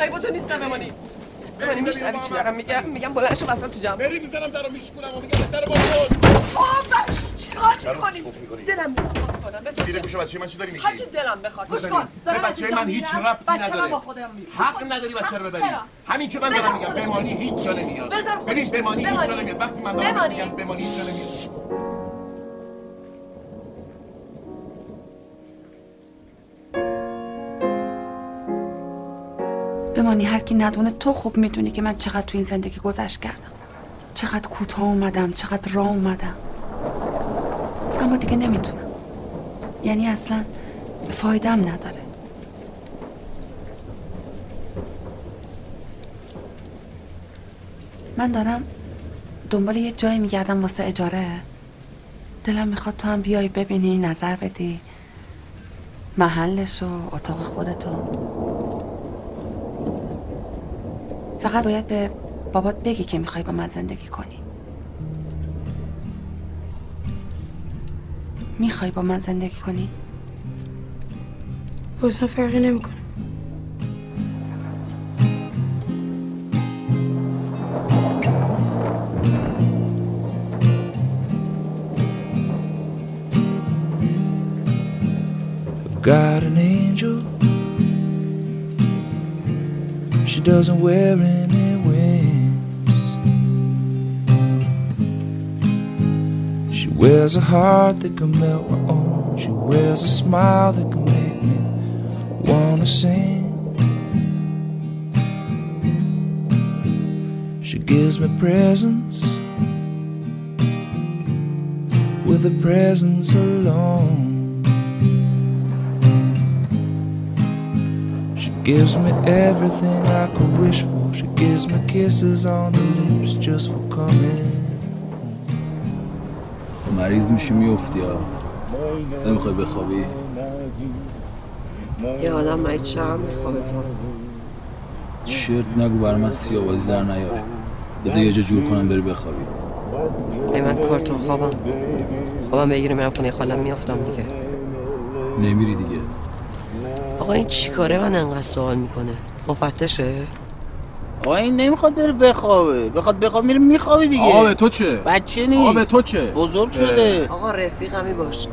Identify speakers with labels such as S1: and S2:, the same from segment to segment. S1: مگه با تو نیستم بمانی بمانی میشنوی چی دارم میگم میگم بلند شو وسط تو جمع
S2: بری میزنم در رو میشکونم و میگم در باز کن
S1: آه بخش چیکار
S2: چرا
S1: میکنی
S2: قفل می‌کنی؟
S1: دلم میخواد باز کنم به تو
S2: زیر
S1: چه؟
S2: گوش بچه من چی داری میگی؟
S1: هرچی دلم بخواد گوش
S2: بزنی.
S1: کن دارم
S2: به
S1: از
S2: بچه
S1: اینجا
S2: من هیچ
S1: میرم.
S2: ربطی
S1: بچه‌م
S2: نداره
S1: با خودم میرم.
S2: حق نداری بچه
S1: حق
S2: رو ببری
S1: چرا؟
S2: همین که من دارم
S1: بذار
S2: میگم
S1: خودش-
S2: بمانی هیچ جا نمیاد
S1: بذار خودش-
S2: ببین بمانی هیچ جا
S1: بمانی.
S2: نمیاد وقتی من دارم
S1: بمانی.
S2: میگم بمانی هیچ جا نمیاد
S3: بمانی هر کی ندونه تو خوب میدونی که من چقدر تو این زندگی گذشت کردم چقدر کوتاه اومدم چقدر راه اومدم اما دیگه نمیتونم یعنی اصلا فایدم نداره من دارم دنبال یه جایی میگردم واسه اجاره دلم میخواد تو هم بیای ببینی نظر بدی محلشو اتاق خودتو فقط باید به بابات بگی که میخوای با من زندگی کنی میخوای با من زندگی کنی؟
S4: واسه فرقی نمیکنه
S5: I've got an angel. She doesn't wear any wings. She wears a heart that can melt my own. She wears a smile that can make me wanna sing. She gives me presents with a presence alone. She gives me everything I could wish for. She gives me kisses on the lips just for coming.
S6: مریض میشی میفتی ها نمیخوای بخوابی
S7: یه آدم مگه چقدر میخوابه تو
S6: شرط نگو بر من سیاوازی در نیار بذار یه جا جور کنم بری بخوابی
S7: ای من کارتون خوابم خوابم بگیره میرم خونه خالم میافتم دیگه
S6: نمیری دیگه
S7: آقا این چیکاره من انقدر سوال میکنه مفتشه
S8: آقا این نمیخواد بره بخوابه بخواد بخواب میره میخوابه دیگه
S6: آقا به تو چه
S8: بچه
S6: آقا
S8: نیست
S6: به تو چه
S8: بزرگ شده
S7: آقا رفیقمی باش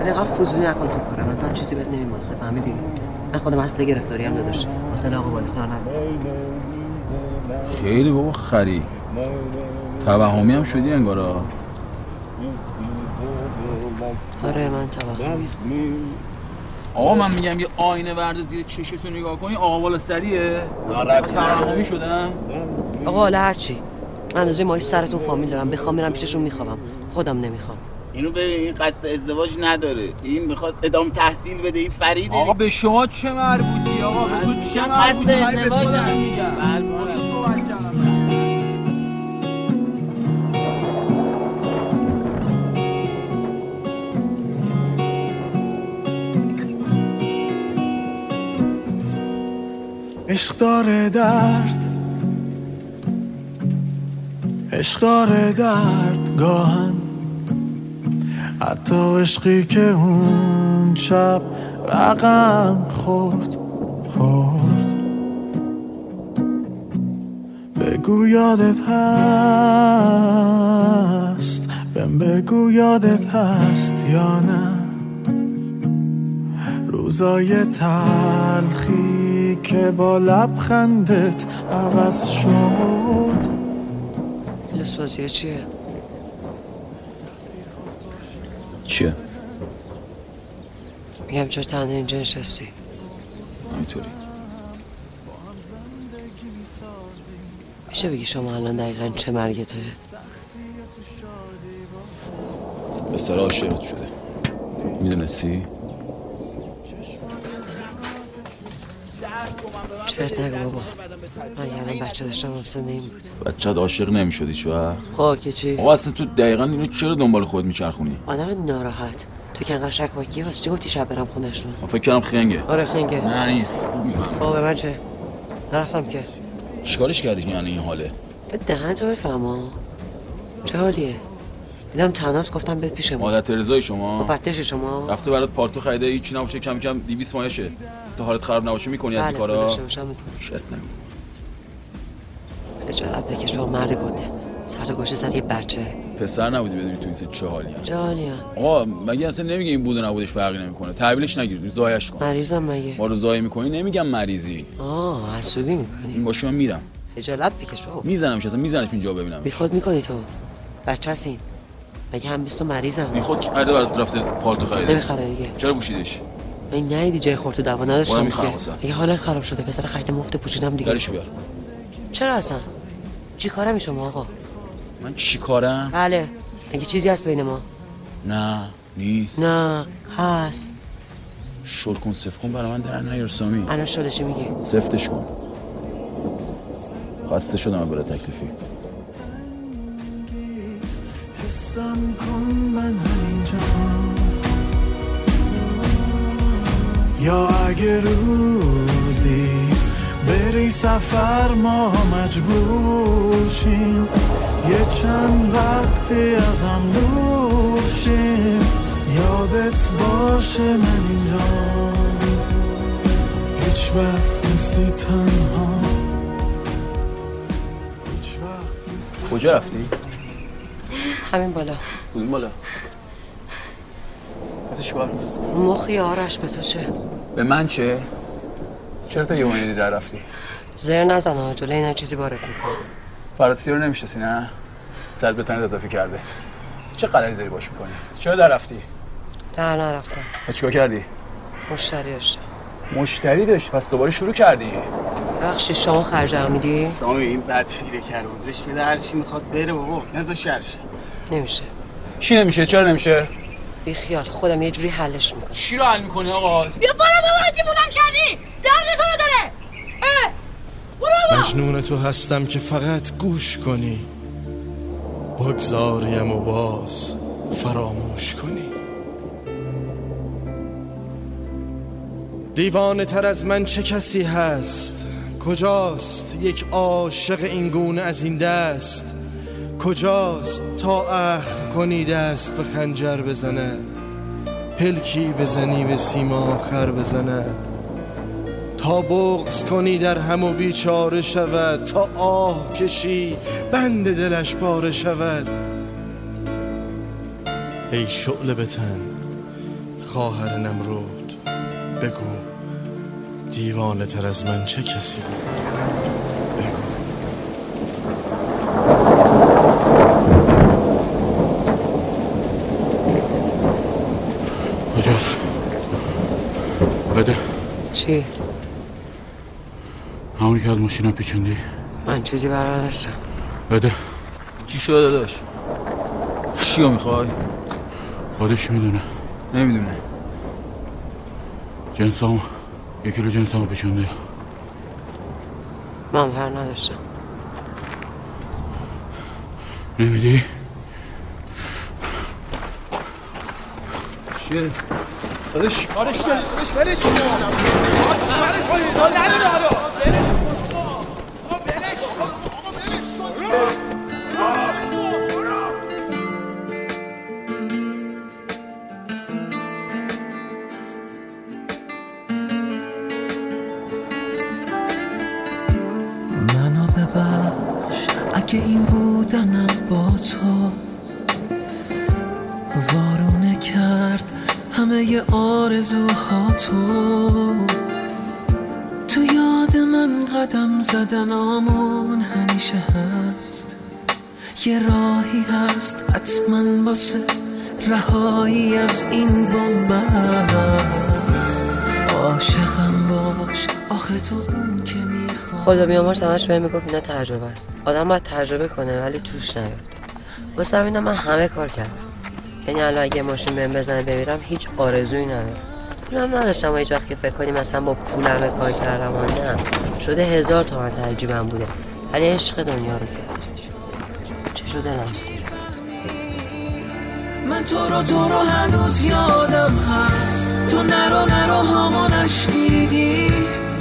S7: ولی آقا فضولی نکن تو کارم از من چیزی بهت نمیماسه فهمیدی من خودم اصل گرفتاری هم نداشت حاصل آقا بالسر نداره
S6: خیلی بابا خری توهمی هم شدی انگارا
S7: آره من توهم
S6: آقا من میگم یه آینه ورده زیر چشتو نگاه کنی آقا والا سریه
S8: نه، ربطی نداره.
S6: توهمی شدم
S7: آقا حالا هرچی من اندازه ماهی سرتون فامیل دارم بخوام میرم پیششون میخوام خودم نمیخوام
S8: اینو ببین این قصد ازدواج نداره این میخواد ادام تحصیل بده این فریده
S6: آقا به شما چه مربوطی آقا به تو چه
S8: من
S6: مربوطی
S8: قصد
S6: من به تو
S8: ازدواجم.
S6: دارم میگم
S8: بله،
S6: با
S8: بله.
S6: تو صحبت کردم.
S9: عشق داره درد عشق داره درد گاهن حتی عشقی که اون شب رقم خورد خورد بگو یادت هست بهم بگو یادت هست یا نه روزای تلخی که با لبخندت عوض شد
S7: لوس بازیه چیه
S6: چیه
S7: میگم چرا تنها اینجا نشستی
S6: همینطوری
S7: میشه بگی شما الان دقیقا چه مرگته؟
S6: به سر عاشقت شده میدونستی
S7: چرت نگو بابا من یه الان بچه داشتم هم سنده این بود
S6: بچت عاشق نمیشد هیچ وقت
S7: خب که چی؟
S6: آقا اصلا تو دقیقا اینو چرا دنبال خود میچرخونی
S7: آدم ناراحت تو که انقدر شکواکی واسه چی گفتی شب برم خونشون
S6: من فکر کردم خنگه
S7: آره خنگه
S6: نه نیست خوب میفهمم
S7: بابا به من چه؟ نرفتم که
S6: چیکارش کردی که یعنی این حاله
S7: به دهن تو بفهم ها. چه حالیه؟ دیدم تناس گفتم بهت پیش ما
S6: مادر ترزای شما
S7: خب بچه شما
S6: رفته برات پارتو خریده هیچی نباشه کم کم 200 ماهشه تا حالت خراب نباشه میکنی از این
S7: بله
S6: کارا
S7: داشته باشم می‌کنم.
S6: شرط نگو
S7: اجالت بکش با مرد گنده سر و گوشه سر یه بچه
S6: پسر نبودی بدونی تو این سن چه حالی هست
S7: جانیا
S6: آقا مگه اصلا نمیگه این بود و نبودش فرقی نمیکنه تحویلش نگیر زایش کن
S7: مریضم مگه
S6: ما رو زایه میکنی نمیگم مریضی
S7: آه حسودی میکنی
S6: این باشه من میرم
S7: اجالت بکش بابا
S6: میزنمش اصلا میزنمش اینجا ببینم
S7: بی خود میکنی تو بچه هست این مگه هم بیست و مریضم
S6: این خود کرده برات رفته پالتو خریده
S7: نمیخره دیگه
S6: چرا پوشیدش
S7: این نه جای خورد تو دعوا
S6: بارم
S7: نداشتم
S6: می‌خرم
S7: دیگه
S6: واسه.
S7: اگه حالت خراب شده پسر خیلی مفت پوشیدم دیگه
S6: درش بیار
S7: چرا اصلا چی کارمی شما آقا
S6: من چیکارم
S7: بله اگه چیزی هست بین ما
S6: نه نیست
S7: نه هست
S6: شل کن صفر کن برای من در نیار سامی
S7: الان شده چی میگی
S6: سفتش کن خسته شدم برای تکلیفی
S9: حسم کن من همینجا یا اگه روزی بری سفر ما مجبور شیم یه چند وقتی ازم دور شیم یادت باشه من اینجا هیچ وقت نیستی تنها هیچ وقت نیستی
S6: کجا رفتی؟
S7: همین بالا
S6: کدوم بالا رفتی چیکار؟
S7: مخی آرش به تو چه
S6: به من چه؟ چرا تا یه در رفتی؟
S7: زر نزن ها جلوی اینا چیزی بارت میکنه
S6: فراسی رو نمیشناسی نه؟ سرت به تنت اضافه کرده چه غلطی داری باش میکنی؟ چرا در رفتی؟
S7: در نرفتم
S6: و چیکار کردی؟
S7: مشتری داشتم
S6: مشتری داشت پس دوباره شروع کردی
S7: بخشی شما خرج میدی
S8: سامی این بدفیره کرون بهش میده هر چی میخواد بره بابا نزا شرش
S7: نمیشه
S6: چی نمیشه چرا نمیشه
S7: بی خیال خودم یه جوری حلش میکنم
S6: چی رو حل میکنه آقا
S9: مجنون تو هستم که فقط گوش کنی بگذاریم و باز فراموش کنی دیوانه تر از من چه کسی هست کجاست یک عاشق این گونه از این دست کجاست تا اخم کنی دست به خنجر بزند پلکی بزنی به سیما خر بزند تا بغز کنی در هم و بیچاره شود تا آه کشی بند دلش پاره شود ای شعله بتن خواهر نمرود بگو دیوانه تر از من چه کسی بود بگو
S4: کجاست بده
S7: چی
S4: همونی که از ماشینم پیچوندی
S7: من چیزی برای نداشتم
S4: بده
S6: چی شده داداش چی رو میخوای
S4: خودش میدونه
S6: نمیدونه
S4: جنسام یک کیلو جنسامو پیچونده
S7: من هر نداشتم
S4: نمیدی
S6: چیه داداش آرش داداش
S9: منو ببخش اگه این بودنم با تو وارونه کرد همه ی آرزوها تو تو یاد من قدم زدن آمون همیشه هست یه راهی هست حتما واسه رهایی از این بنبست عاشقم باش آخه تو اون که میخواد
S7: خدا بیامرز همش بهم میگفت اینا تجربه است آدم باید تجربه کنه ولی توش نیفته واسه همینم من همه کار کردم یعنی الان اگه یه ماشین بهم بزنه بمیرم هیچ آرزویی ندارم پولم نداشتم و هیچ وقت که فکر کنی مثلا با پولم کار کردم و نه شده هزار تومن ترجیبم بوده ولی عشق دنیا رو کرد چه شده دلم سیر
S9: من تو رو تو رو هنوز یادم هست تو نرو نرو هامو نشنیدی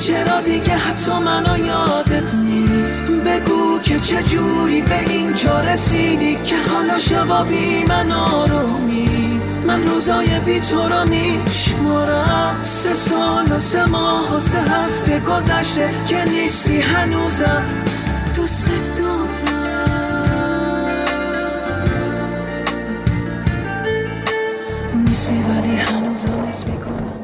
S10: چرا دیگه حتی منو یادت نیست بگو که چه جوری به اینجا رسیدی که حالا شبا بی من آرومی من روزای بی تو را میشمارم سه سال و سه ماه و سه هفته گذشته که نیستی هنوزم دوست دارم نیستی ولی هنوزم اسم میکنم